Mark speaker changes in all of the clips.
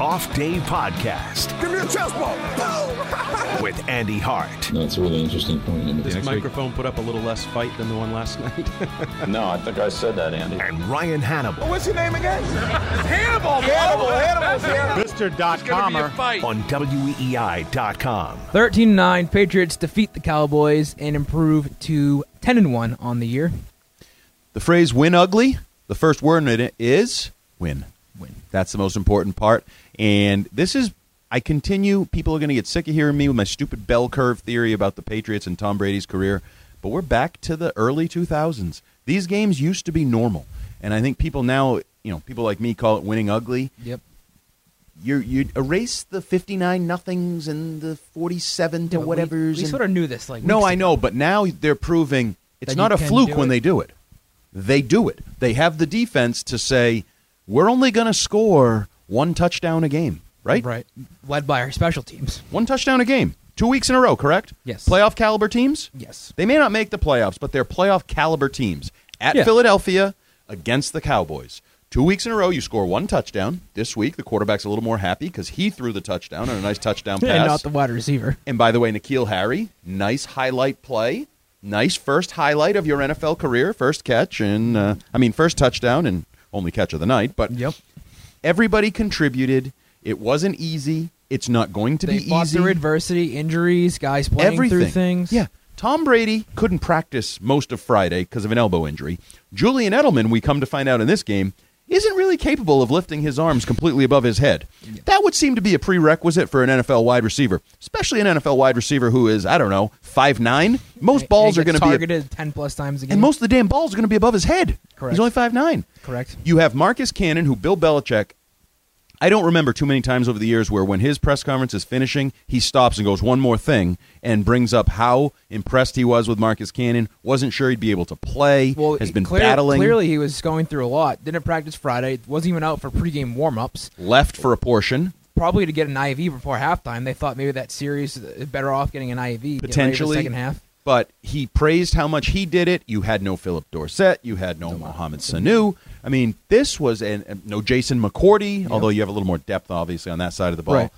Speaker 1: Off Day Podcast
Speaker 2: Give me a chest
Speaker 1: with Andy Hart.
Speaker 3: That's a really interesting point. Andy.
Speaker 4: This
Speaker 3: Next week-
Speaker 4: microphone put up a little less fight than the one last night.
Speaker 5: No, I think I said that, Andy.
Speaker 1: and Ryan Hannibal
Speaker 2: What's your name again? Hannibal. Hannibal. Hannibal's here.
Speaker 6: Mr. Dot Comer.
Speaker 1: on E WEEI.com.
Speaker 7: 13-9 Patriots defeat the Cowboys and improve to 10 and 1 on the year.
Speaker 6: The phrase win ugly, the first word in it is win.
Speaker 7: Win.
Speaker 6: That's the most important part. And this is, I continue, people are going to get sick of hearing me with my stupid bell curve theory about the Patriots and Tom Brady's career, but we're back to the early 2000s. These games used to be normal. And I think people now, you know, people like me call it winning ugly.
Speaker 7: Yep.
Speaker 6: You you erase the 59 nothings and the 47 to
Speaker 7: Yeah, we-
Speaker 6: whatever's.
Speaker 7: We,
Speaker 6: and-
Speaker 7: sort of knew this like
Speaker 6: No,
Speaker 7: weeks
Speaker 6: I
Speaker 7: ago.
Speaker 6: know, but now they're proving it's
Speaker 7: That
Speaker 6: not
Speaker 7: you
Speaker 6: a
Speaker 7: can
Speaker 6: fluke
Speaker 7: do
Speaker 6: when
Speaker 7: it.
Speaker 6: they do it. They do it. They have the defense to say we're only going to score one touchdown a game, right?
Speaker 7: Right. Led by our special teams.
Speaker 6: One touchdown a game. 2 weeks in a row, correct?
Speaker 7: Yes.
Speaker 6: Playoff caliber teams?
Speaker 7: Yes.
Speaker 6: They may not make the playoffs, but they're playoff caliber teams. At
Speaker 7: Yeah.
Speaker 6: Philadelphia against the Cowboys. Two weeks in a row, you score one touchdown. This week, the quarterback's a little more happy because he threw the touchdown on a nice touchdown pass.
Speaker 7: And not the wide receiver.
Speaker 6: And by the way, Nikhil Harry, nice highlight play, nice first highlight of your NFL career, first catch and uh, I mean first touchdown and only catch of the night. But
Speaker 7: Yep.
Speaker 6: everybody contributed. It wasn't easy. It's not going to
Speaker 7: they
Speaker 6: be
Speaker 7: fought
Speaker 6: easy.
Speaker 7: through adversity, injuries, guys playing
Speaker 6: Everything.
Speaker 7: through things.
Speaker 6: Yeah. Tom Brady couldn't practice most of Friday because of an elbow injury. Julian Edelman, we come to find out in this game, isn't really capable of lifting his arms completely above his head. That would seem to be a prerequisite for an NFL wide receiver, especially an NFL wide receiver who is, I don't know, five nine. Most
Speaker 7: And-
Speaker 6: balls
Speaker 7: and
Speaker 6: are
Speaker 7: gets
Speaker 6: going to be
Speaker 7: targeted 10 plus times a game.
Speaker 6: and most of the damn balls are going to be above his head.
Speaker 7: Correct.
Speaker 6: He's only five nine.
Speaker 7: Correct.
Speaker 6: You have Marcus Cannon, who Bill Belichick. I don't remember too many times over the years where when his press conference is finishing, he stops and goes one more thing and brings up how impressed he was with Marcus Cannon. Wasn't sure he'd be able to play.
Speaker 7: well,
Speaker 6: has been
Speaker 7: clear-
Speaker 6: battling.
Speaker 7: Clearly, he was going through a lot. Didn't practice Friday. Wasn't even out for pregame warm ups.
Speaker 6: left for a portion.
Speaker 7: Probably to get an IV before halftime. They thought maybe that series is better off getting an IV get ready for the
Speaker 6: potentially
Speaker 7: second half.
Speaker 6: But he praised how much he did it. You had no Philip Dorsett. You had no Mohamed Sanu. I mean, this was an, no Jason McCourty, although you have a little more depth, obviously, on that side of the ball.
Speaker 7: Right.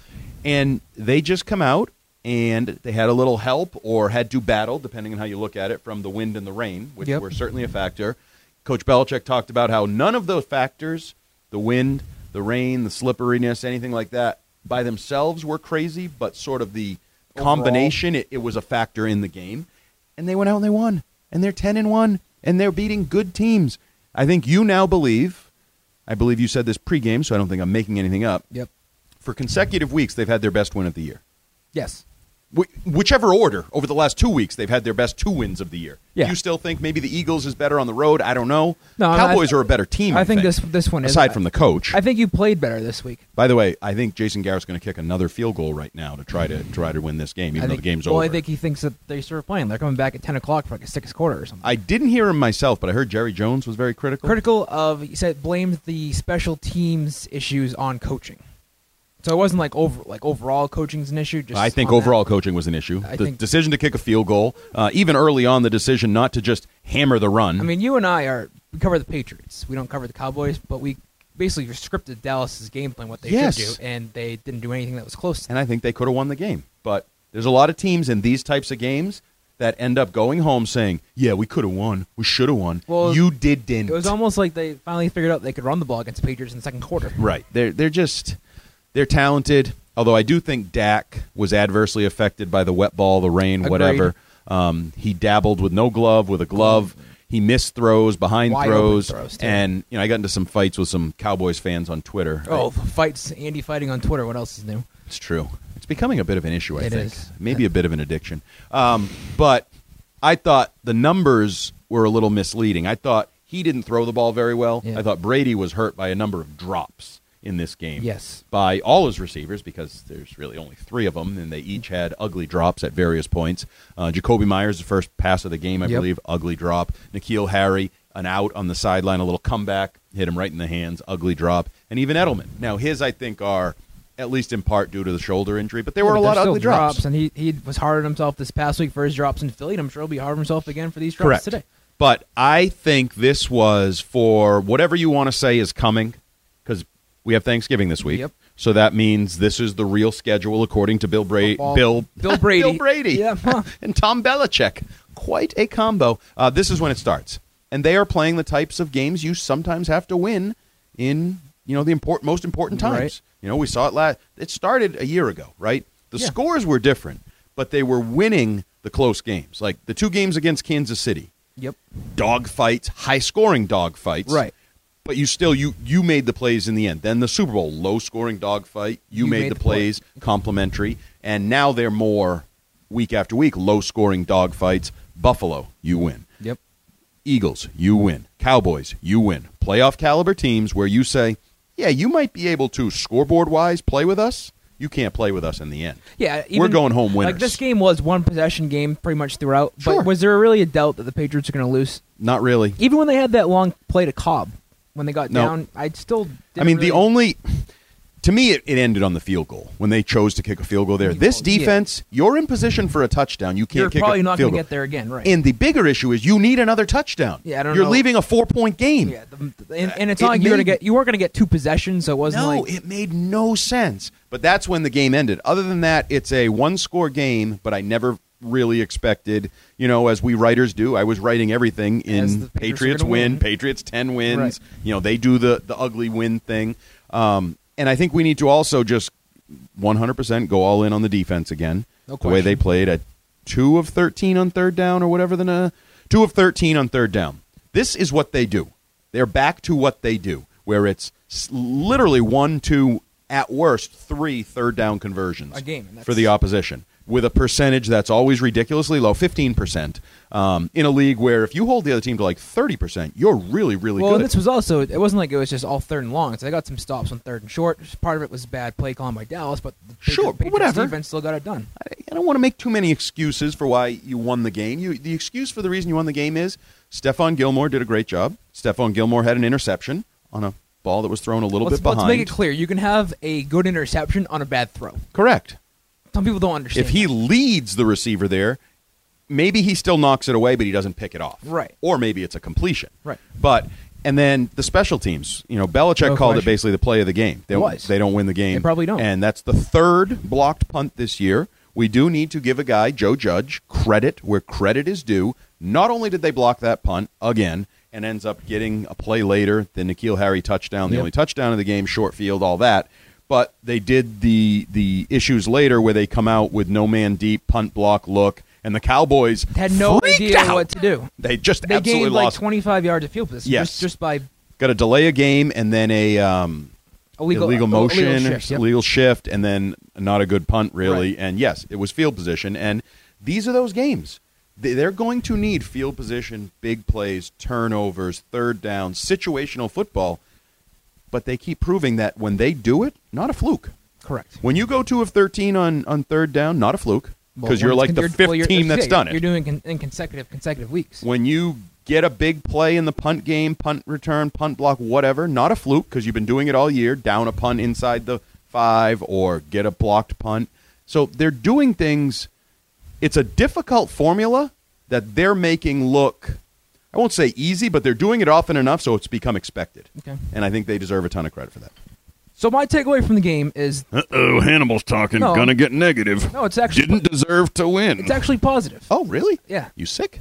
Speaker 6: And they just come out and they had a little help or had to battle, depending on how you look at it, from the wind and the rain, which
Speaker 7: Yep.
Speaker 6: were certainly a factor. Coach Belichick talked about how none of those factors the wind, the rain, the slipperiness, anything like that by themselves were crazy, but sort of the combination, it, it was a factor in the game. And they went out and they won. And they're 10 and 1. And they're beating good teams. I think you now believe, I believe you said this pregame, so I don't think I'm making anything up.
Speaker 7: Yep.
Speaker 6: For consecutive weeks, they've had their best win of the year.
Speaker 7: Yes.
Speaker 6: Wh- whichever order over the last two weeks they've had their best two wins of the year.
Speaker 7: Yeah.
Speaker 6: Do you still think maybe the Eagles is better on the road? I don't know.
Speaker 7: No, I-
Speaker 6: Cowboys are a better team. I,
Speaker 7: I think this this one is
Speaker 6: aside from the coach.
Speaker 7: I think you played better this week.
Speaker 6: By the way, I think Jason Garrett's going to kick another field goal right now to try to try to win this game, even
Speaker 7: I
Speaker 6: though
Speaker 7: think,
Speaker 6: the game's
Speaker 7: well,
Speaker 6: over.
Speaker 7: I think he thinks that they start playing. They're coming back at ten o'clock for like a sixth quarter or something.
Speaker 6: I didn't hear him myself, but I heard Jerry Jones was very critical.
Speaker 7: Critical of he said blamed the special teams issues on coaching. So it wasn't like over like overall coaching's an issue. Just
Speaker 6: I think
Speaker 7: on that.
Speaker 6: overall coaching was an issue.
Speaker 7: I
Speaker 6: the
Speaker 7: think-
Speaker 6: decision to kick a field goal, uh, even early on, the decision not to just hammer the run.
Speaker 7: I mean, you and I are we cover the Patriots. We don't cover the Cowboys, but we basically scripted Dallas's game plan what they
Speaker 6: Yes.
Speaker 7: should do, and they didn't do anything that was close. to
Speaker 6: and I think they could have won the game. But there's a lot of teams in these types of games that end up going home saying, "Yeah, we could have won. We should have won.
Speaker 7: Well,
Speaker 6: you didn't."
Speaker 7: It was almost like they finally figured out they could run the ball against the Patriots in the second quarter.
Speaker 6: right. They're they're just they're talented. Although I do think Dak was adversely affected by the wet ball, the rain,
Speaker 7: Agreed.
Speaker 6: whatever. Um, he dabbled with no glove, with a glove. He missed throws, behind
Speaker 7: Wide open
Speaker 6: throws,
Speaker 7: throws, too.
Speaker 6: and you know I got into some fights with some Cowboys fans on Twitter.
Speaker 7: Oh, fights Andy fighting on Twitter. What else is new?
Speaker 6: It's true. It's becoming a bit of an issue, I
Speaker 7: It
Speaker 6: think.
Speaker 7: is.
Speaker 6: Maybe a bit of an addiction. Um, but I thought the numbers were a little misleading. I thought he didn't throw the ball very well.
Speaker 7: Yeah.
Speaker 6: I thought Brady was hurt by a number of drops in this game.
Speaker 7: Yes.
Speaker 6: By all his receivers, because there's really only three of them, and they each had ugly drops at various points. Uh, Jacoby Myers, the first pass of the game, I
Speaker 7: Yep.
Speaker 6: believe, ugly drop. Nikhil Harry, an out on the sideline, a little comeback, hit him right in the hands, ugly drop. And even Edelman. Now, his, I think, are at least in part due to the shoulder injury, but there were
Speaker 7: But
Speaker 6: a lot
Speaker 7: there's
Speaker 6: of
Speaker 7: still
Speaker 6: ugly drops.
Speaker 7: and he he was hard on himself this past week for his drops in Philly. And I'm sure he'll be hard on himself again for these drops
Speaker 6: Correct.
Speaker 7: today.
Speaker 6: But I think this was for whatever you want to say is coming, because we have Thanksgiving this week.
Speaker 7: Yep.
Speaker 6: So that means this is the real schedule according to Bill Brady.
Speaker 7: Football.
Speaker 6: Bill
Speaker 7: Bill Brady.
Speaker 6: Bill Brady.
Speaker 7: Yeah, huh.
Speaker 6: and Tom Belichick. Quite a combo. Uh, this is when it starts, and they are playing the types of games you sometimes have to win in you know the import, most important times.
Speaker 7: Right.
Speaker 6: You know we saw it last. It started a year ago, right? The
Speaker 7: Yeah.
Speaker 6: scores were different, but they were winning the close games, like the two games against Kansas City.
Speaker 7: Yep.
Speaker 6: Dog fights, high scoring dog fights.
Speaker 7: Right.
Speaker 6: But you still you you made the plays in the end. Then the Super Bowl, low scoring dogfight. You,
Speaker 7: You
Speaker 6: made,
Speaker 7: made
Speaker 6: the,
Speaker 7: the play.
Speaker 6: plays, complimentary, and now they're more week after week, low scoring dogfights. Buffalo, you win.
Speaker 7: Yep.
Speaker 6: Eagles, you win. Cowboys, you win. Playoff caliber teams where you say, Yeah, you might be able to scoreboard wise play with us. You can't play with us in the end.
Speaker 7: Yeah,
Speaker 6: We're going home winners.
Speaker 7: Like this game was one possession game pretty much throughout.
Speaker 6: Sure.
Speaker 7: But was there really a doubt that the Patriots are going to lose?
Speaker 6: Not really.
Speaker 7: Even when they had that long play to Cobb, when they got
Speaker 6: No.
Speaker 7: down, I still. Didn't
Speaker 6: I mean, the
Speaker 7: really-
Speaker 6: only to me it, it ended on the field goal when they chose to kick a field goal there. This
Speaker 7: Yeah.
Speaker 6: defense, you're in position for a touchdown. You can't
Speaker 7: you're
Speaker 6: kick
Speaker 7: probably
Speaker 6: a
Speaker 7: not going
Speaker 6: field goal.
Speaker 7: to get there again, right?
Speaker 6: And the bigger issue is you need another touchdown.
Speaker 7: Yeah, I don't
Speaker 6: you're
Speaker 7: know.
Speaker 6: leaving a four point game.
Speaker 7: yeah, the, and, and it's
Speaker 6: It
Speaker 7: not like you're
Speaker 6: made-
Speaker 7: going to get you weren't going to get two possessions, so it wasn't
Speaker 6: no,
Speaker 7: like
Speaker 6: it made no sense. But that's when the game ended. Other than that, it's a one score game, but I never really expected, you know, as we writers do, I was writing everything
Speaker 7: As
Speaker 6: in
Speaker 7: the
Speaker 6: Patriots,
Speaker 7: Patriots are gonna
Speaker 6: win,
Speaker 7: win.
Speaker 6: Patriots 10 wins.
Speaker 7: Right.
Speaker 6: You know, they do the, the ugly win thing. Um, and I think we need to also just 100% go all in on the defense again.
Speaker 7: No
Speaker 6: the way they
Speaker 7: question.
Speaker 6: played at 2 of 13 on third down or whatever the. na- 2 of 13 on third down. This is what they do. They're back to what they do, where it's s- literally one, two, at worst, three third down conversions
Speaker 7: A game, and that's-
Speaker 6: for the opposition with a percentage that's always ridiculously low 15% um, in a league where if you hold the other team to like 30% you're really really
Speaker 7: well,
Speaker 6: good
Speaker 7: and this was also it wasn't like it was just all third and long. So they got some stops on third and short. Part of it was bad play calling by Dallas, but the Patri-
Speaker 6: Sure, but
Speaker 7: Patriots
Speaker 6: whatever.
Speaker 7: defense still got it done.
Speaker 6: I don't want to make too many excuses for why you won the game. You, the excuse for the reason you won the game is Stefan Gilmore did a great job. Stefan Gilmore had an interception on a ball that was thrown a little
Speaker 7: Let's,
Speaker 6: bit
Speaker 7: let's
Speaker 6: behind.
Speaker 7: make it clear: you can have a good interception on a bad throw.
Speaker 6: Correct.
Speaker 7: Some people don't understand.
Speaker 6: If he
Speaker 7: that.
Speaker 6: leads the receiver there, maybe he still knocks it away, but he doesn't pick it off.
Speaker 7: Right.
Speaker 6: Or maybe it's a completion.
Speaker 7: Right.
Speaker 6: But and then the special teams. You know, Belichick
Speaker 7: No
Speaker 6: called it
Speaker 7: question.
Speaker 6: basically the play of the game. They,
Speaker 7: It was.
Speaker 6: they don't win the game.
Speaker 7: They probably don't.
Speaker 6: And that's the third blocked punt this year. We do need to give a guy, Joe Judge, credit where credit is due. Not only did they block that punt again and ends up getting a play later, the Nikhil Harry touchdown, the
Speaker 7: Yep.
Speaker 6: only touchdown of the game, short field, all that. But they did the the issues later where they come out with no man deep, punt block look, and the Cowboys
Speaker 7: had no
Speaker 6: freaked
Speaker 7: idea
Speaker 6: out.
Speaker 7: what to do.
Speaker 6: They just
Speaker 7: They
Speaker 6: absolutely
Speaker 7: gained like
Speaker 6: lost.
Speaker 7: 25 yards of field position
Speaker 6: Yes.
Speaker 7: just, just by
Speaker 6: Got to delay a game and then a um,
Speaker 7: illegal,
Speaker 6: illegal motion,
Speaker 7: Illegal
Speaker 6: illegal
Speaker 7: oh, shift,
Speaker 6: shift,
Speaker 7: yep.
Speaker 6: and then not a good punt, really.
Speaker 7: Right.
Speaker 6: And yes, it was field position. And these are those games. They- They're going to need field position, big plays, turnovers, third down, situational football. But they keep proving that when they do it, not a fluke.
Speaker 7: Correct.
Speaker 6: When you go two of 13 on, on third down, not a fluke
Speaker 7: Well,
Speaker 6: because you're
Speaker 7: when
Speaker 6: like
Speaker 7: it's
Speaker 6: the
Speaker 7: con-
Speaker 6: fifth
Speaker 7: well, you're-
Speaker 6: team that's
Speaker 7: yeah,
Speaker 6: done it
Speaker 7: You're doing con- in consecutive consecutive weeks.
Speaker 6: when you get a big play in the punt game, punt return, punt block, whatever, not a fluke because you've been doing it all year, down a punt inside the five or get a blocked punt. So they're doing things. It's a difficult formula that they're making look, I won't say easy, but they're doing it often enough so it's become expected.
Speaker 7: Okay.
Speaker 6: And I think they deserve a ton of credit for that.
Speaker 7: So my takeaway from the game is
Speaker 3: Uh-oh, Hannibal's talking.
Speaker 7: No.
Speaker 3: Gonna get negative.
Speaker 7: no, it's actually
Speaker 3: Didn't deserve to win.
Speaker 7: it's actually positive.
Speaker 6: Oh, really?
Speaker 7: Yeah.
Speaker 6: You sick?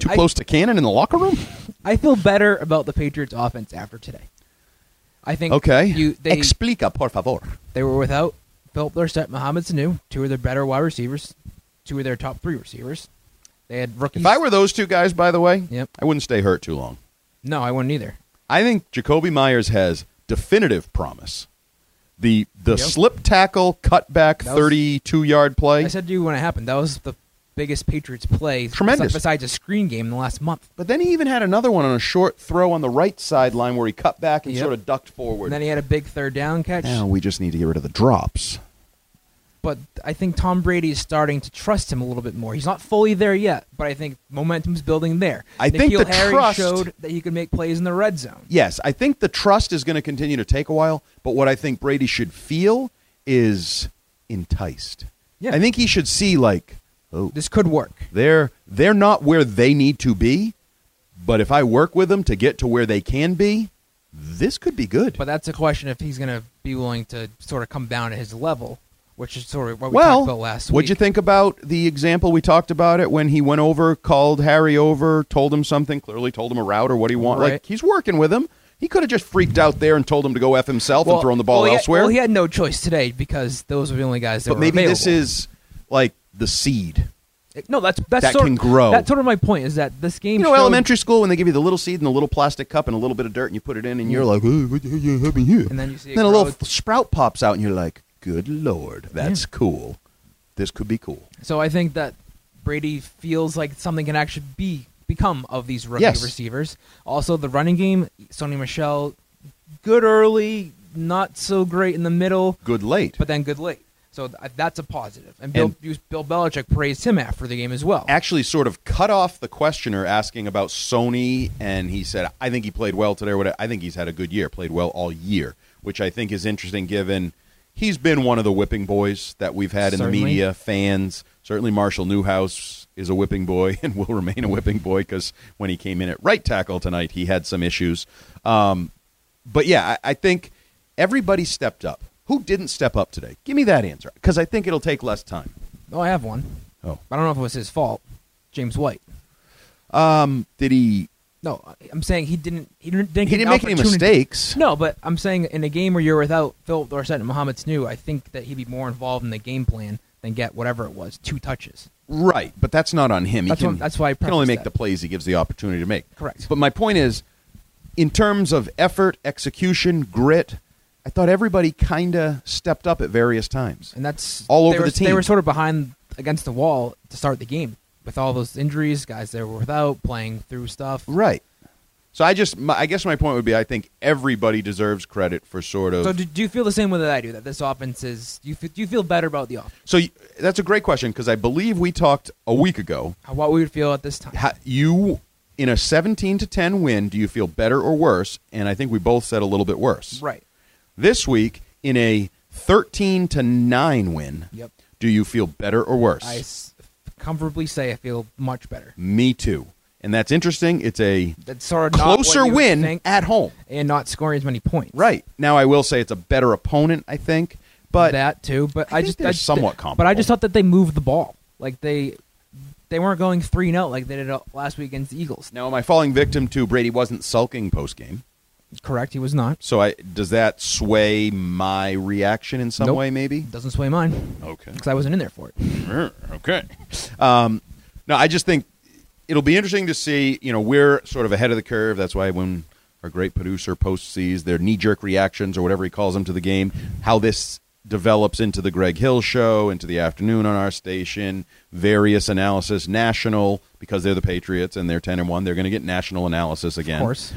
Speaker 6: Too
Speaker 7: I-
Speaker 6: close to Cannon in the locker room?
Speaker 7: I feel better about the Patriots offense after today. I think
Speaker 6: Okay.
Speaker 7: you they
Speaker 6: Explica, por favor.
Speaker 7: they were without Philip Dorsett, Mohamed Sanu, two of their better wide receivers, two of their top three receivers. They had rookies.
Speaker 6: If I were those two guys, by the way,
Speaker 7: Yep.
Speaker 6: I wouldn't stay hurt too long.
Speaker 7: no, I wouldn't either.
Speaker 6: I think Jacoby Myers has definitive promise. The the
Speaker 7: Yep.
Speaker 6: slip tackle cutback
Speaker 7: That was-
Speaker 6: thirty two yard play.
Speaker 7: I said to you when it happened that was the biggest Patriots play
Speaker 6: Tremendous.
Speaker 7: besides a screen game in the last month.
Speaker 6: but then he even had another one on a short throw on the right sideline where he cut back and
Speaker 7: Yep.
Speaker 6: sort of ducked forward.
Speaker 7: And then he had a big third down catch.
Speaker 6: now we just need to get rid of the drops.
Speaker 7: But I think Tom Brady is starting to trust him a little bit more. He's not fully there yet, but I think momentum's building there.
Speaker 6: I think
Speaker 7: Nikhil
Speaker 6: the
Speaker 7: Harry
Speaker 6: trust-
Speaker 7: showed that he could make plays in the red zone.
Speaker 6: Yes, I think the trust is going to continue to take a while, but what I think Brady should feel is enticed.
Speaker 7: Yeah.
Speaker 6: I think he should see like, oh,
Speaker 7: This could work.
Speaker 6: They're they're not where they need to be, but if I work with them to get to where they can be, this could be good.
Speaker 7: But that's a question if he's going to be willing to sort of come down to his level, which is sort of what we
Speaker 6: well,
Speaker 7: talked about last
Speaker 6: what'd
Speaker 7: week.
Speaker 6: you think about the example we talked about it when he went over, called Harry over, told him something, clearly told him a route or what he wanted.
Speaker 7: Right.
Speaker 6: Like he's working with him. He could have just freaked out there and told him to go f himself and thrown the ball
Speaker 7: well, he had-
Speaker 6: elsewhere.
Speaker 7: well, he had no choice today because those were the only guys that
Speaker 6: but
Speaker 7: were
Speaker 6: maybe this
Speaker 7: available.
Speaker 6: is like the seed.
Speaker 7: no. That's that's
Speaker 6: that
Speaker 7: sort
Speaker 6: can
Speaker 7: of,
Speaker 6: grow.
Speaker 7: That's sort of my point is that this game.
Speaker 6: You know,
Speaker 7: showed-
Speaker 6: elementary school when they give you the little seed and the little plastic cup and a little bit of dirt and you put it in and you're like, "Ooh, what the hell you having here?
Speaker 7: And then you see it
Speaker 6: then a little
Speaker 7: grow.
Speaker 6: f- sprout pops out and you're like, good lord, that's cool. This could be cool.
Speaker 7: So I think that Brady feels like something can actually be become of these rookie
Speaker 6: Yes.
Speaker 7: receivers. Also, the running game, Sony Michelle, good early, not so great in the middle,
Speaker 6: Good late.
Speaker 7: but then good late. So th- that's a positive. And Bill,
Speaker 6: And-
Speaker 7: you- Bill Belichick praised him after the game as well.
Speaker 6: actually sort of cut off the questioner asking about Sony, and he said, "I think he played well today. What I think he's had a good year, played well all year, which I think is interesting given he's been one of the whipping boys that we've had in
Speaker 7: Certainly.
Speaker 6: the media, fans. Certainly, Marshall Newhouse is a whipping boy and will remain a whipping boy because when he came in at right tackle tonight, he had some issues. Um, but yeah, I, I think everybody stepped up. Who didn't step up today? Give me that answer because I think it'll take less time.
Speaker 7: oh, I have one.
Speaker 6: Oh,
Speaker 7: I don't know if it was his fault. James White.
Speaker 6: did he?
Speaker 7: No, I- I'm saying he didn't. He didn't. didn't
Speaker 6: He
Speaker 7: get
Speaker 6: didn't
Speaker 7: an
Speaker 6: make any
Speaker 7: opportunity-
Speaker 6: mistakes.
Speaker 7: No, but I'm saying in a game where you're without Philip Dorsett and Mohamed Sanu, I think that he'd be more involved in the game plan than get whatever it was, two touches.
Speaker 6: Right, but that's not on him. He
Speaker 7: That's
Speaker 6: can,
Speaker 7: what- that's why I
Speaker 6: he can only
Speaker 7: prefaced
Speaker 6: make
Speaker 7: that.
Speaker 6: the plays he gives the opportunity to make.
Speaker 7: Correct.
Speaker 6: But my point is, in terms of effort, execution, grit, I thought everybody kind of stepped up at various times.
Speaker 7: And that's
Speaker 6: All
Speaker 7: they
Speaker 6: over
Speaker 7: were-
Speaker 6: the
Speaker 7: They
Speaker 6: team.
Speaker 7: were sort of behind against the wall to start the game with all those injuries, guys they were without playing through stuff.
Speaker 6: Right. So I just, my, I guess my point would be, I think everybody deserves credit for sort of.
Speaker 7: So do, do you feel the same way that I do? That this offense is do you feel, do you feel better about the offense?
Speaker 6: so y- that's a great question because I believe we talked a week ago.
Speaker 7: How- What we would feel at this time?
Speaker 6: How, you in a seventeen to ten win, do you feel better or worse? And I think we both said a little bit worse.
Speaker 7: right.
Speaker 6: this week in a 13 to 9 win.
Speaker 7: Yep.
Speaker 6: Do you feel better or worse?
Speaker 7: I s- comfortably say I feel much better.
Speaker 6: Me too. And that's interesting. It's a
Speaker 7: That's sort of not what
Speaker 6: closer
Speaker 7: you would
Speaker 6: win
Speaker 7: think,
Speaker 6: at home.
Speaker 7: and not scoring as many points.
Speaker 6: Right. Now I will say it's a better opponent, I think, but
Speaker 7: that too. But
Speaker 6: I
Speaker 7: I,
Speaker 6: think
Speaker 7: just
Speaker 6: they're
Speaker 7: I just-
Speaker 6: somewhat
Speaker 7: But I
Speaker 6: comparable.
Speaker 7: just thought that they moved the ball. Like they they weren't going three and out like they did uh, last week against the Eagles.
Speaker 6: now am I falling victim to Brady wasn't sulking post game?
Speaker 7: Correct. He was not.
Speaker 6: So I does that sway my reaction in some
Speaker 7: Nope.
Speaker 6: way maybe?
Speaker 7: Doesn't sway mine
Speaker 3: Okay.
Speaker 7: because I wasn't in there for it.
Speaker 3: Okay.
Speaker 6: No, I just think it'll be interesting to see. You know, we're sort of ahead of the curve. That's why when our great producer posts these, their knee jerk reactions or whatever he calls them to the game, how this develops into the Greg Hill show, into the afternoon on our station, various analysis, national, because they're the Patriots and they're 10 and 1, they're going to get national analysis again
Speaker 7: Of course.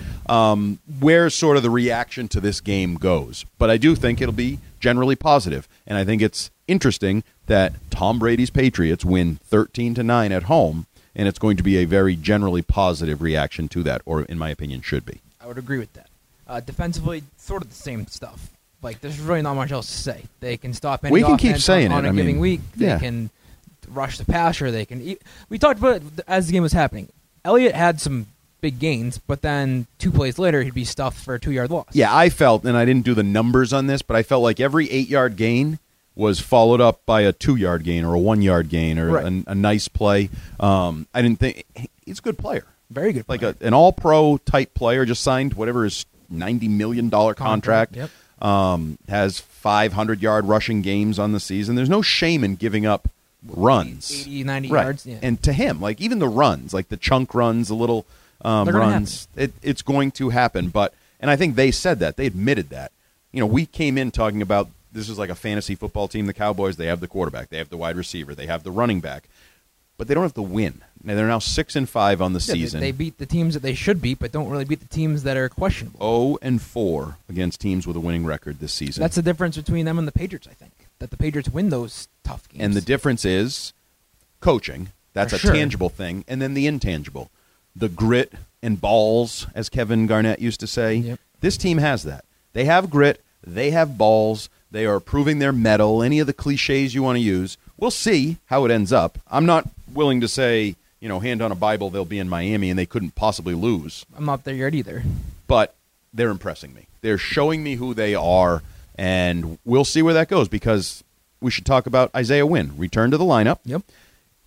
Speaker 6: where sort of the reaction to this game goes. But I do think it'll be generally positive, and I think it's interesting that Tom Brady's Patriots win 13 to 9 at home and it's going to be a very generally positive reaction to that or in my opinion should be.
Speaker 7: I would agree with that. Uh, defensively, sort of the same stuff. Like there's really not much else to say. They can stop any
Speaker 6: We can keep
Speaker 7: offense
Speaker 6: saying
Speaker 7: on, on
Speaker 6: it,
Speaker 7: a
Speaker 6: I
Speaker 7: giving
Speaker 6: mean,
Speaker 7: week. They
Speaker 6: yeah.
Speaker 7: can rush the passer. They can. Eat. We talked about it as the game was happening. Elliott had some big gains, but then two plays later he'd be stuffed for a two yard loss.
Speaker 6: Yeah, I felt and I didn't do the numbers on this, but I felt like every 8-yard gain was followed up by a 2-yard gain or a 1-yard gain or
Speaker 7: Right.
Speaker 6: a, a nice play. Um, I didn't think he's a good player.
Speaker 7: very good.
Speaker 6: like
Speaker 7: player.
Speaker 6: a, an all pro type player just signed whatever his ninety million dollar contract
Speaker 7: Yep.
Speaker 6: um, has five hundred yard rushing games on the season. There's no shame in giving up runs,
Speaker 7: 80, 90
Speaker 6: Right.
Speaker 7: yards, yeah.
Speaker 6: and to him, like even the runs, like the chunk runs, the little um,
Speaker 7: They're gonna
Speaker 6: runs, it, it's going to happen. But and I think they said that they admitted that. You know, we came in talking about this is like a fantasy football team. The Cowboys they have the quarterback, they have the wide receiver, they have the running back. But they don't have the win. Now they're now six and five on the
Speaker 7: Yeah, they-
Speaker 6: season.
Speaker 7: They beat the teams that they should beat, but don't really beat the teams that are questionable.
Speaker 6: 0 and 4 against teams with a winning record this season.
Speaker 7: That's the difference between them and the Patriots, I think. That the Patriots win those tough games.
Speaker 6: and the difference is coaching. That's
Speaker 7: For
Speaker 6: a
Speaker 7: sure.
Speaker 6: tangible thing. And then the intangible the grit and balls, as Kevin Garnett used to say.
Speaker 7: Yep.
Speaker 6: This team has that. They have grit, they have balls, they are proving their metal, any of the cliches you want to use. We'll see how it ends up. I'm not willing to say, you know, hand on a Bible, they'll be in Miami and they couldn't possibly lose.
Speaker 7: I'm not there yet either.
Speaker 6: but they're impressing me. They're showing me who they are. And we'll see where that goes because we should talk about Isaiah Wynn. Return to the lineup.
Speaker 7: Yep.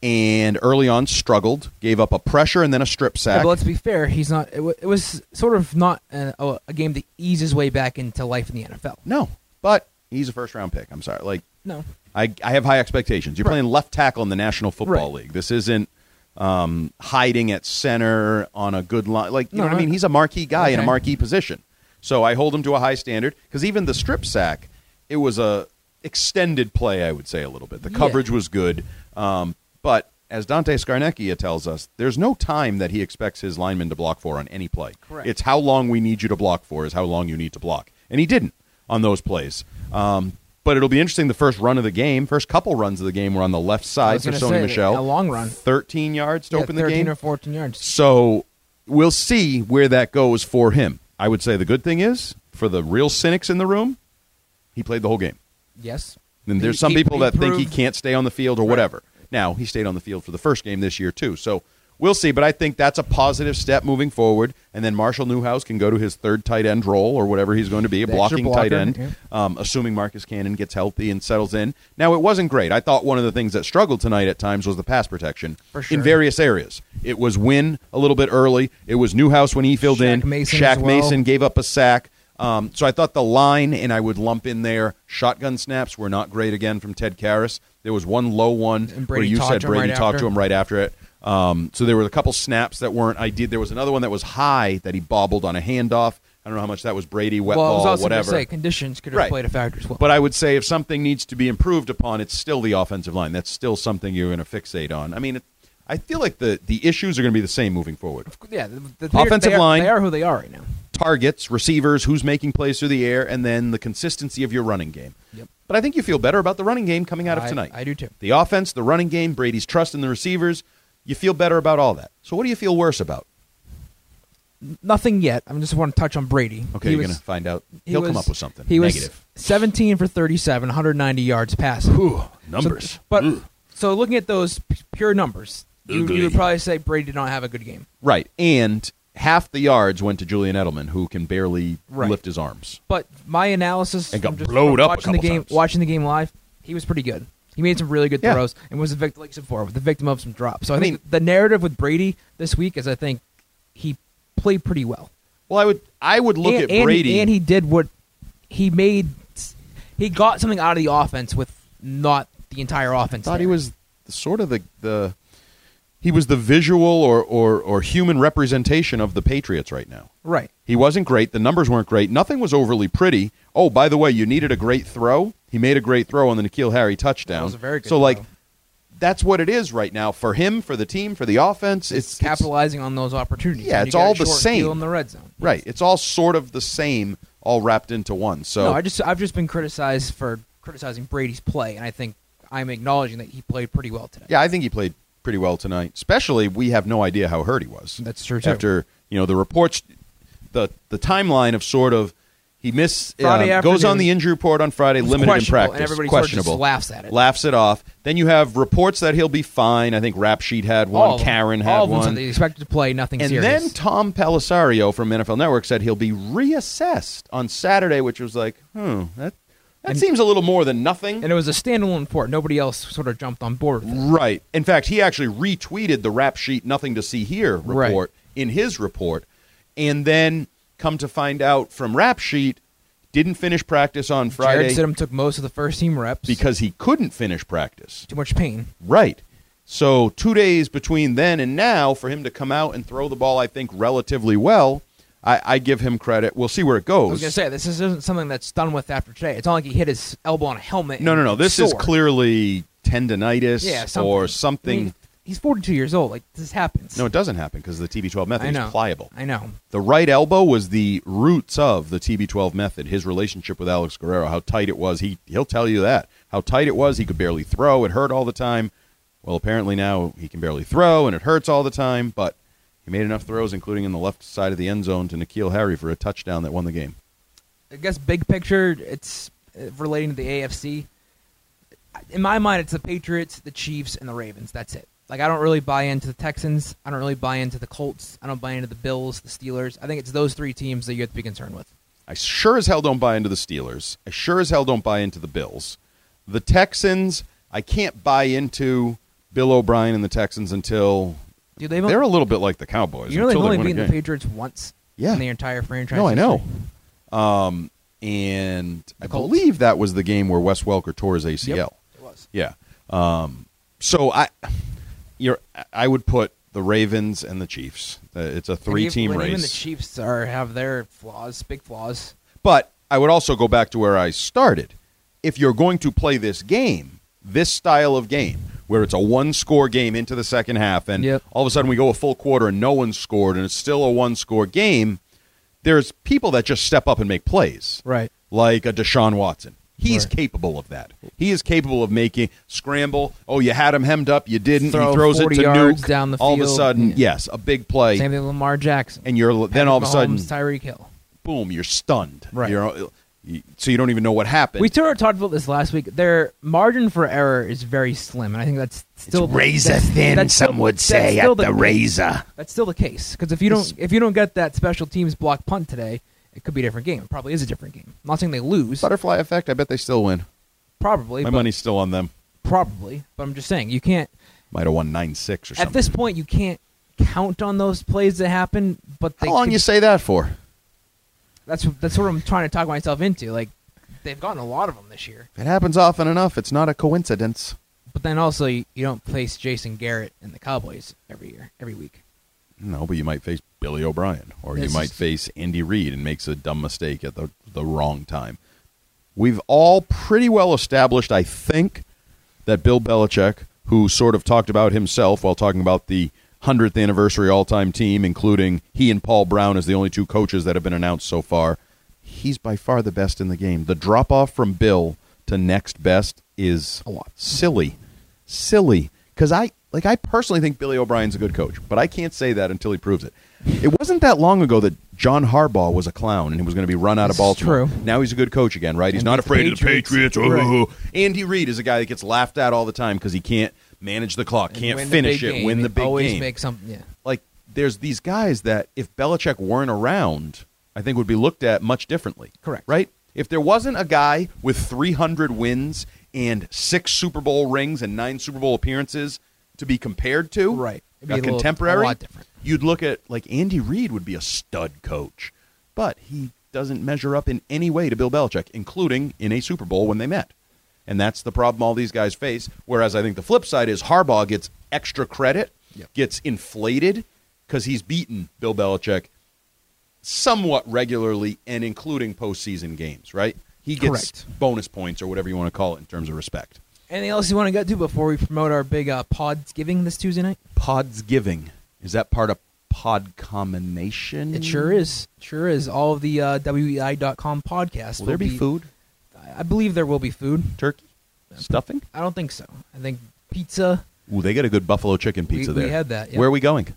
Speaker 6: And early on struggled, gave up a pressure and then a strip
Speaker 7: Yeah,
Speaker 6: sack.
Speaker 7: but let's be fair. He's not. It, w- it was sort of not a, a- a game to ease his way back into life in the NFL.
Speaker 6: no, but he's a first round pick. I'm sorry. Like
Speaker 7: No.
Speaker 6: I, I have high expectations. You're
Speaker 7: Right.
Speaker 6: playing left tackle in the National Football
Speaker 7: Right.
Speaker 6: League. This isn't um, hiding at center on a good line. Like, you
Speaker 7: No,
Speaker 6: know what I
Speaker 7: I-
Speaker 6: mean? He's a marquee guy in a
Speaker 7: Okay.
Speaker 6: marquee position. So I hold him to a high standard because even the strip sack, it was a extended play, I would say, a little bit. The
Speaker 7: Yeah.
Speaker 6: coverage was good. Um, but as Dante Scarnecchia tells us, there's no time that he expects his lineman to block for on any play.
Speaker 7: Correct.
Speaker 6: It's how long we need you to block for is how long you need to block. And he didn't on those plays. Um, but it'll be interesting. The first run of the game, first couple runs of the game were on the left
Speaker 7: I
Speaker 6: side
Speaker 7: was
Speaker 6: for
Speaker 7: gonna
Speaker 6: Sony
Speaker 7: say,
Speaker 6: Michelle.
Speaker 7: a long run.
Speaker 6: 13 yards to
Speaker 7: Yeah,
Speaker 6: open the
Speaker 7: Thirteen
Speaker 6: game.
Speaker 7: or fourteen yards.
Speaker 6: So we'll see where that goes for him. I would say the good thing is, for the real cynics in the room, he played the whole game.
Speaker 7: Yes.
Speaker 6: And there's
Speaker 7: He-
Speaker 6: some
Speaker 7: he-
Speaker 6: people
Speaker 7: he
Speaker 6: that think he
Speaker 7: proved-
Speaker 6: can't stay on the field or whatever. Now, he stayed on the field for the first game this year, too. So we'll see. But I think that's a positive step moving forward. And then Marshall Newhouse can go to his third tight end role or whatever he's going to be, a
Speaker 7: The extra
Speaker 6: blocking tight
Speaker 7: blocker,
Speaker 6: end,
Speaker 7: yeah.
Speaker 6: um, assuming Marcus Cannon gets healthy and settles in. Now, it wasn't great. I thought one of the things that struggled tonight at times was the pass protection
Speaker 7: For sure.
Speaker 6: in various areas. It was Win a little bit early, it was Newhouse when he filled
Speaker 7: Shaq
Speaker 6: in,
Speaker 7: Mason
Speaker 6: Shaq
Speaker 7: as well.
Speaker 6: Mason gave up a sack. Um, so I thought the line, and I would lump in there, shotgun snaps were not great again from Ted Karras. There was one low one
Speaker 7: And Brady
Speaker 6: where you
Speaker 7: talked
Speaker 6: said
Speaker 7: to him
Speaker 6: Brady
Speaker 7: right
Speaker 6: talked to
Speaker 7: after.
Speaker 6: him right after it. Um, so there were a couple snaps that weren't ideal. There was another one that was high that he bobbled on a handoff. I don't know how much that was Brady, wet
Speaker 7: Well, I was
Speaker 6: ball,
Speaker 7: also gonna
Speaker 6: whatever.
Speaker 7: say conditions could have
Speaker 6: Right.
Speaker 7: played a factor as well.
Speaker 6: But I would say if something needs to be improved upon, it's still the offensive line. That's still something you're going to fixate on. I mean, it, I feel like the, the issues are going to be the same moving forward.
Speaker 7: yeah, the, the, they are-
Speaker 6: Offensive
Speaker 7: they are-
Speaker 6: line.
Speaker 7: They are who they are right now.
Speaker 6: targets, receivers, who's making plays through the air, and then the consistency of your running game.
Speaker 7: Yep.
Speaker 6: But I think you feel better about the running game coming out of
Speaker 7: I-
Speaker 6: tonight.
Speaker 7: I do too.
Speaker 6: The offense, the running game, Brady's trust in the receivers, you feel better about all that. So what do you feel worse about?
Speaker 7: Nothing yet. I just want to touch on Brady.
Speaker 6: Okay,
Speaker 7: He
Speaker 6: you're
Speaker 7: was-
Speaker 6: going to find out.
Speaker 7: he
Speaker 6: He'll come
Speaker 7: was-
Speaker 6: up with something
Speaker 7: He was
Speaker 6: negative.
Speaker 7: 17 for 37, 190 yards passing.
Speaker 3: numbers.
Speaker 7: So, but
Speaker 6: Mm.
Speaker 7: so looking at those p- pure numbers, you, you would probably say Brady did not have a good game.
Speaker 6: Right. And half the yards went to Julian Edelman, who can barely
Speaker 7: Right.
Speaker 6: lift his arms.
Speaker 7: But my analysis
Speaker 3: And
Speaker 7: from
Speaker 3: got
Speaker 7: just
Speaker 3: blowed up a
Speaker 7: watching the
Speaker 3: couple
Speaker 7: game,
Speaker 3: times.
Speaker 7: watching the game live, he was pretty good. He made some really good
Speaker 6: Yeah.
Speaker 7: throws and was a victim, like you said before, the victim of some drops. So I,
Speaker 6: I
Speaker 7: think
Speaker 6: mean-
Speaker 7: the narrative with Brady this week is I think he played pretty well.
Speaker 6: Well, I would I would look
Speaker 7: and,
Speaker 6: at
Speaker 7: and-
Speaker 6: Brady.
Speaker 7: and he did what he made. He got something out of the offense with not the entire offense.
Speaker 6: thought
Speaker 7: there.
Speaker 6: he was sort of the the he was the visual or, or, or human representation of the Patriots right now.
Speaker 7: right.
Speaker 6: He wasn't great. The numbers weren't great. Nothing was overly pretty. Oh, by the way, you needed a great throw. He made a great throw on the Nikhil Harry touchdown.
Speaker 7: That was a very good
Speaker 6: so, like,
Speaker 7: throw.
Speaker 6: that's what it is right now for him, for the team, for the offense. It's,
Speaker 7: It's capitalizing on those opportunities. When
Speaker 6: Yeah,
Speaker 7: you
Speaker 6: it's
Speaker 7: get a
Speaker 6: all the
Speaker 7: short
Speaker 6: same.
Speaker 7: field in the red zone.
Speaker 6: it's- right. It's all sort of the same, all wrapped into one. So,
Speaker 7: No, I just I've just been criticized for criticizing Brady's play, and I think I'm acknowledging that he played pretty well today.
Speaker 6: yeah, I think he played pretty well tonight. Especially, we have no idea how hurt he was.
Speaker 7: That's true, too.
Speaker 6: After you know the reports, the the timeline of sort of. He miss
Speaker 7: Friday
Speaker 6: uh, goes on
Speaker 7: afternoon.
Speaker 6: the injury report on Friday,
Speaker 7: It's
Speaker 6: limited in
Speaker 7: questionable,
Speaker 6: practice,
Speaker 7: and everybody sort of just
Speaker 6: questionable.
Speaker 7: laughs at it.
Speaker 6: laughs it off. Then you have reports that he'll be fine. I think Rap Sheet had one,
Speaker 7: all of them-
Speaker 6: Karen had
Speaker 7: all of them
Speaker 6: one.
Speaker 7: said they expected to play nothing
Speaker 6: and
Speaker 7: serious.
Speaker 6: then Tom Pellisario from NFL Network said he'll be reassessed on Saturday, which was like, hmm, that that seems a little more than nothing.
Speaker 7: and it was a standalone report. Nobody else sort of jumped on board. With it.
Speaker 6: right. In fact, he actually retweeted the Rap Sheet "Nothing to See Here"
Speaker 7: Right.
Speaker 6: report in his report, and then come to find out from Rap Sheet didn't finish practice on Friday
Speaker 7: Jared Sidham took most of the first team reps
Speaker 6: because he couldn't finish practice.
Speaker 7: too much pain.
Speaker 6: Right. So two days between then and now for him to come out and throw the ball, I think relatively well. I, I give him credit. We'll see where it
Speaker 7: I was
Speaker 6: goes.
Speaker 7: gonna say this isn't something that's done with after today. It's not like he hit his elbow on a helmet.
Speaker 6: no,
Speaker 7: and
Speaker 6: no, no. This is
Speaker 7: sore.
Speaker 6: clearly tendonitis
Speaker 7: Yeah, something. I
Speaker 6: or
Speaker 7: mean,
Speaker 6: something.
Speaker 7: he's 42 years old. Like this happens.
Speaker 6: no, it doesn't happen because the TB12
Speaker 7: I
Speaker 6: method
Speaker 7: know.
Speaker 6: is pliable.
Speaker 7: I know.
Speaker 6: The right elbow was the roots of the TB12 method. His relationship with Alex Guerrero, how tight it was. He he'll tell you that how tight it was. He could barely throw. It hurt all the time. Well, apparently now he can barely throw, and it hurts all the time. But he made enough throws, including in the left side of the end zone, to Nikhil Harry for a touchdown that won the game.
Speaker 7: I guess big picture, it's uh, relating to the AFC. In my mind, it's the Patriots, the Chiefs, and the Ravens. That's it. Like I don't really buy into the Texans. I don't really buy into the Colts. I don't buy into the Bills, the Steelers. I think it's those three teams that you have to be concerned with.
Speaker 6: I sure as hell don't buy into the Steelers. I sure as hell don't buy into the Bills. The Texans, I can't buy into Bill O'Brien and the Texans until
Speaker 7: Dude, they've
Speaker 6: they're a little bit like the Cowboys.
Speaker 7: you know they've
Speaker 6: until
Speaker 7: only
Speaker 6: they win a
Speaker 7: beaten the
Speaker 6: game.
Speaker 7: Patriots once
Speaker 6: Yeah.
Speaker 7: in their entire franchise.
Speaker 6: No, I know.
Speaker 7: history.
Speaker 6: Um, and I
Speaker 7: Colts.
Speaker 6: believe that was the game where Wes Welker tore his ACL.
Speaker 7: It was.
Speaker 6: Yeah. Um, so I, you're, I would put the Ravens and the Chiefs. Uh, It's a
Speaker 7: And
Speaker 6: three-team
Speaker 7: even,
Speaker 6: race.
Speaker 7: Even the Chiefs are have their flaws, big flaws.
Speaker 6: But I would also go back to where I started. If you're going to play this game, this style of game, where it's a one score game into the second half, and
Speaker 7: Yep.
Speaker 6: all of a sudden we go a full quarter and no one scored, and it's still a one score game, there's people that just step up and make plays.
Speaker 7: Right.
Speaker 6: Like a Deshaun Watson. He's
Speaker 7: Right.
Speaker 6: capable of that. He is capable of making scramble. Oh, you had him hemmed up, you didn't.
Speaker 7: Throw
Speaker 6: he throws it
Speaker 7: 40
Speaker 6: to
Speaker 7: yards
Speaker 6: Nuke.
Speaker 7: down the
Speaker 6: All of a
Speaker 7: field.
Speaker 6: sudden,
Speaker 7: Yeah.
Speaker 6: yes, a big play.
Speaker 7: Same thing with Lamar Jackson.
Speaker 6: and you're then
Speaker 7: Patrick
Speaker 6: all of a
Speaker 7: Mahomes,
Speaker 6: sudden
Speaker 7: Tyreek Hill.
Speaker 6: boom, you're stunned.
Speaker 7: Right.
Speaker 6: You're, you- so you don't even know what happened.
Speaker 7: We sort of talked about this last week. Their margin for error is very slim, and I think that's still
Speaker 8: razor
Speaker 7: that's-
Speaker 8: thin,
Speaker 7: that's
Speaker 8: some
Speaker 7: still-
Speaker 8: would
Speaker 7: that's
Speaker 8: say,
Speaker 7: still
Speaker 8: at the razor.
Speaker 7: That's still the case because if you don't if you don't get that special teams block punt today, it could be a different game. It probably is a different game. I'm not saying they lose,
Speaker 6: Butterfly effect. I bet they still win.
Speaker 7: probably,
Speaker 6: My
Speaker 7: but
Speaker 6: money's still on them.
Speaker 7: probably. But I'm just saying you can't
Speaker 6: Might have won nine six or something.
Speaker 7: at this point you can't count on those plays that happen. But they
Speaker 6: How long
Speaker 7: could-
Speaker 6: you say that for?
Speaker 7: that's that's what I'm trying to talk myself into. Like they've gotten a lot of them this year,
Speaker 6: If it happens often enough, it's not a coincidence.
Speaker 7: but then also you, you don't place Jason Garrett and the Cowboys every year, every week.
Speaker 6: No, but you might face Billy O'Brien, or
Speaker 7: This
Speaker 6: you might
Speaker 7: is-
Speaker 6: face Andy Reid and makes a dumb mistake at the the wrong time. We've all pretty well established, I think, that Bill Belichick, who sort of talked about himself while talking about the 100th anniversary all time team, including he and Paul Brown as the only two coaches that have been announced so far, he's by far the best in the game. The drop off from Bill to next best is a lot. silly. Silly. Because I. Like I personally think Billy O'Brien's a good coach, but I can't say that until he proves it. It wasn't that long ago that John Harbaugh was a clown and he was going to be run out
Speaker 7: This
Speaker 6: of
Speaker 7: is
Speaker 6: Baltimore.
Speaker 7: true.
Speaker 6: Now he's a good coach again, right? He's
Speaker 7: And
Speaker 6: not
Speaker 7: beat the
Speaker 6: afraid of the
Speaker 7: Patriots.
Speaker 6: Patriots. Oh,
Speaker 7: Right.
Speaker 6: oh, oh. Andy Reid is a guy that gets laughed at all the time because he can't manage the clock, can't
Speaker 7: Win the
Speaker 6: finish
Speaker 7: big
Speaker 6: it,
Speaker 7: game,
Speaker 6: win the
Speaker 7: and
Speaker 6: big
Speaker 7: always
Speaker 6: game.
Speaker 7: make something. Yeah.
Speaker 6: like there's these guys that if Belichick weren't around, I think would be looked at much differently.
Speaker 7: Correct.
Speaker 6: Right? If there wasn't a guy with 300 wins and six Super Bowl rings and nine Super Bowl appearances to be compared to,
Speaker 7: Right. It'd be
Speaker 6: a,
Speaker 7: a little-
Speaker 6: contemporary,
Speaker 7: a lot different.
Speaker 6: you'd look at like Andy Reid would be a stud coach, but he doesn't measure up in any way to Bill Belichick, including in a Super Bowl when they met. And that's the problem all these guys face. Whereas I think the flip side is Harbaugh gets extra credit, gets inflated because he's beaten Bill Belichick somewhat regularly and including postseason games, right? He gets
Speaker 7: Correct.
Speaker 6: bonus points or whatever you want to call it in terms of respect.
Speaker 7: Anything else you want to get to before we promote our big uh, pods giving this Tuesday night?
Speaker 6: Pods giving. Is that part of pod combination?
Speaker 7: It sure is. Mm. Sure is. All of the uh, WEI.com podcasts.
Speaker 6: Will there be food?
Speaker 7: I I believe there will be food.
Speaker 6: turkey stuffing.
Speaker 7: I don't think so. I think pizza,
Speaker 6: Ooh, they got a good buffalo chicken
Speaker 7: We-
Speaker 6: pizza
Speaker 7: we
Speaker 6: there.
Speaker 7: had that, yeah.
Speaker 6: Where are we going?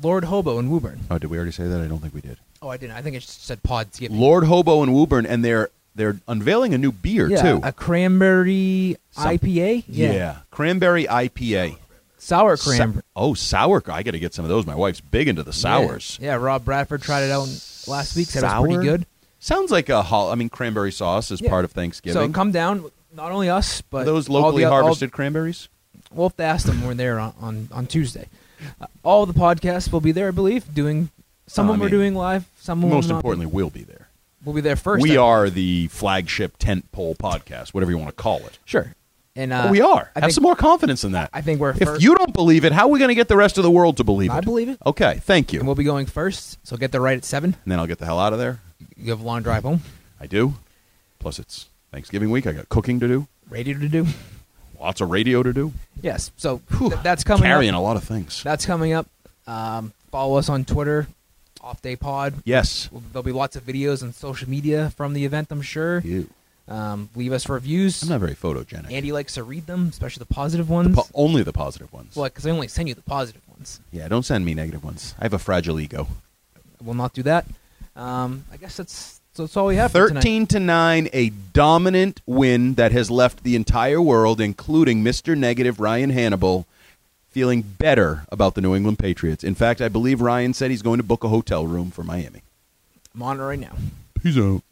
Speaker 7: Lord Hobo, and Woburn.
Speaker 6: Oh, did we already say that? I don't think we did.
Speaker 7: Oh, I didn't. I think it just said pods giving.
Speaker 6: Lord Hobo and Woburn, and they're they're unveiling a new beer
Speaker 7: yeah,
Speaker 6: too.
Speaker 7: A cranberry
Speaker 6: Some-
Speaker 7: IPA?
Speaker 6: cranberry IPA.
Speaker 7: Sour cranberry.
Speaker 6: Sa- oh, sour! I got to get some of those. My wife's big into the sours.
Speaker 7: Yeah. Yeah, Rob Bradford tried it out last week. Said it was
Speaker 6: Sour?
Speaker 7: pretty good.
Speaker 6: Sounds like a hol- I mean, cranberry sauce is
Speaker 7: Yeah.
Speaker 6: part of
Speaker 7: So
Speaker 6: Thanksgiving.
Speaker 7: come down. Not only us,
Speaker 6: Are
Speaker 7: but
Speaker 6: those
Speaker 7: all
Speaker 6: locally
Speaker 7: the, all-
Speaker 6: harvested cranberries.
Speaker 7: We'll have to ask them when they're on, on, on Tuesday. Uh, all the podcasts will be there, I believe, doing some
Speaker 6: No,
Speaker 7: of
Speaker 6: I
Speaker 7: them are
Speaker 6: mean,
Speaker 7: doing live, some of them
Speaker 6: Most
Speaker 7: not.
Speaker 6: importantly, we'll be there.
Speaker 7: we'll be there first.
Speaker 6: we
Speaker 7: I-
Speaker 6: are the flagship tentpole podcast, whatever you want to call it.
Speaker 7: sure, and uh,
Speaker 6: Oh, we are.
Speaker 7: I
Speaker 6: Have
Speaker 7: think,
Speaker 6: some more confidence in that.
Speaker 7: I think we're
Speaker 6: If
Speaker 7: first.
Speaker 6: you don't believe it, how are we going to get the rest of the world to believe it?
Speaker 7: I believe it,
Speaker 6: Okay, thank you.
Speaker 7: and we'll be going first. So get there right at seven.
Speaker 6: and then I'll get the hell out of there.
Speaker 7: You have a long drive home,
Speaker 6: I do. Plus, it's Thanksgiving week. I got cooking to do,
Speaker 7: radio to do.
Speaker 6: lots of radio to do,
Speaker 7: Yes, so th- that's coming.
Speaker 6: carrying
Speaker 7: up.
Speaker 6: a lot of things.
Speaker 7: That's coming up. Um, follow us on Twitter, Off Day Pod.
Speaker 6: yes.
Speaker 7: We'll- There'll be lots of videos on social media from the event. I'm sure.
Speaker 6: You.
Speaker 7: Um, leave us reviews.
Speaker 6: I'm not very photogenic.
Speaker 7: Andy likes to read them, especially the positive ones.
Speaker 6: Po- only the positive ones.
Speaker 7: Well, because I only send you the positive ones.
Speaker 6: Yeah, don't send me negative ones. I have a fragile ego.
Speaker 7: I will not do that. Um, I guess that's so that's all we have. For tonight.
Speaker 6: 13 to 9, a dominant win that has left the entire world, including Mr. Negative Ryan Hannibal, feeling better about the New England Patriots. In fact, I believe Ryan said he's going to book a hotel room for Miami.
Speaker 7: I'm on it right now.
Speaker 6: Peace.
Speaker 3: He's out.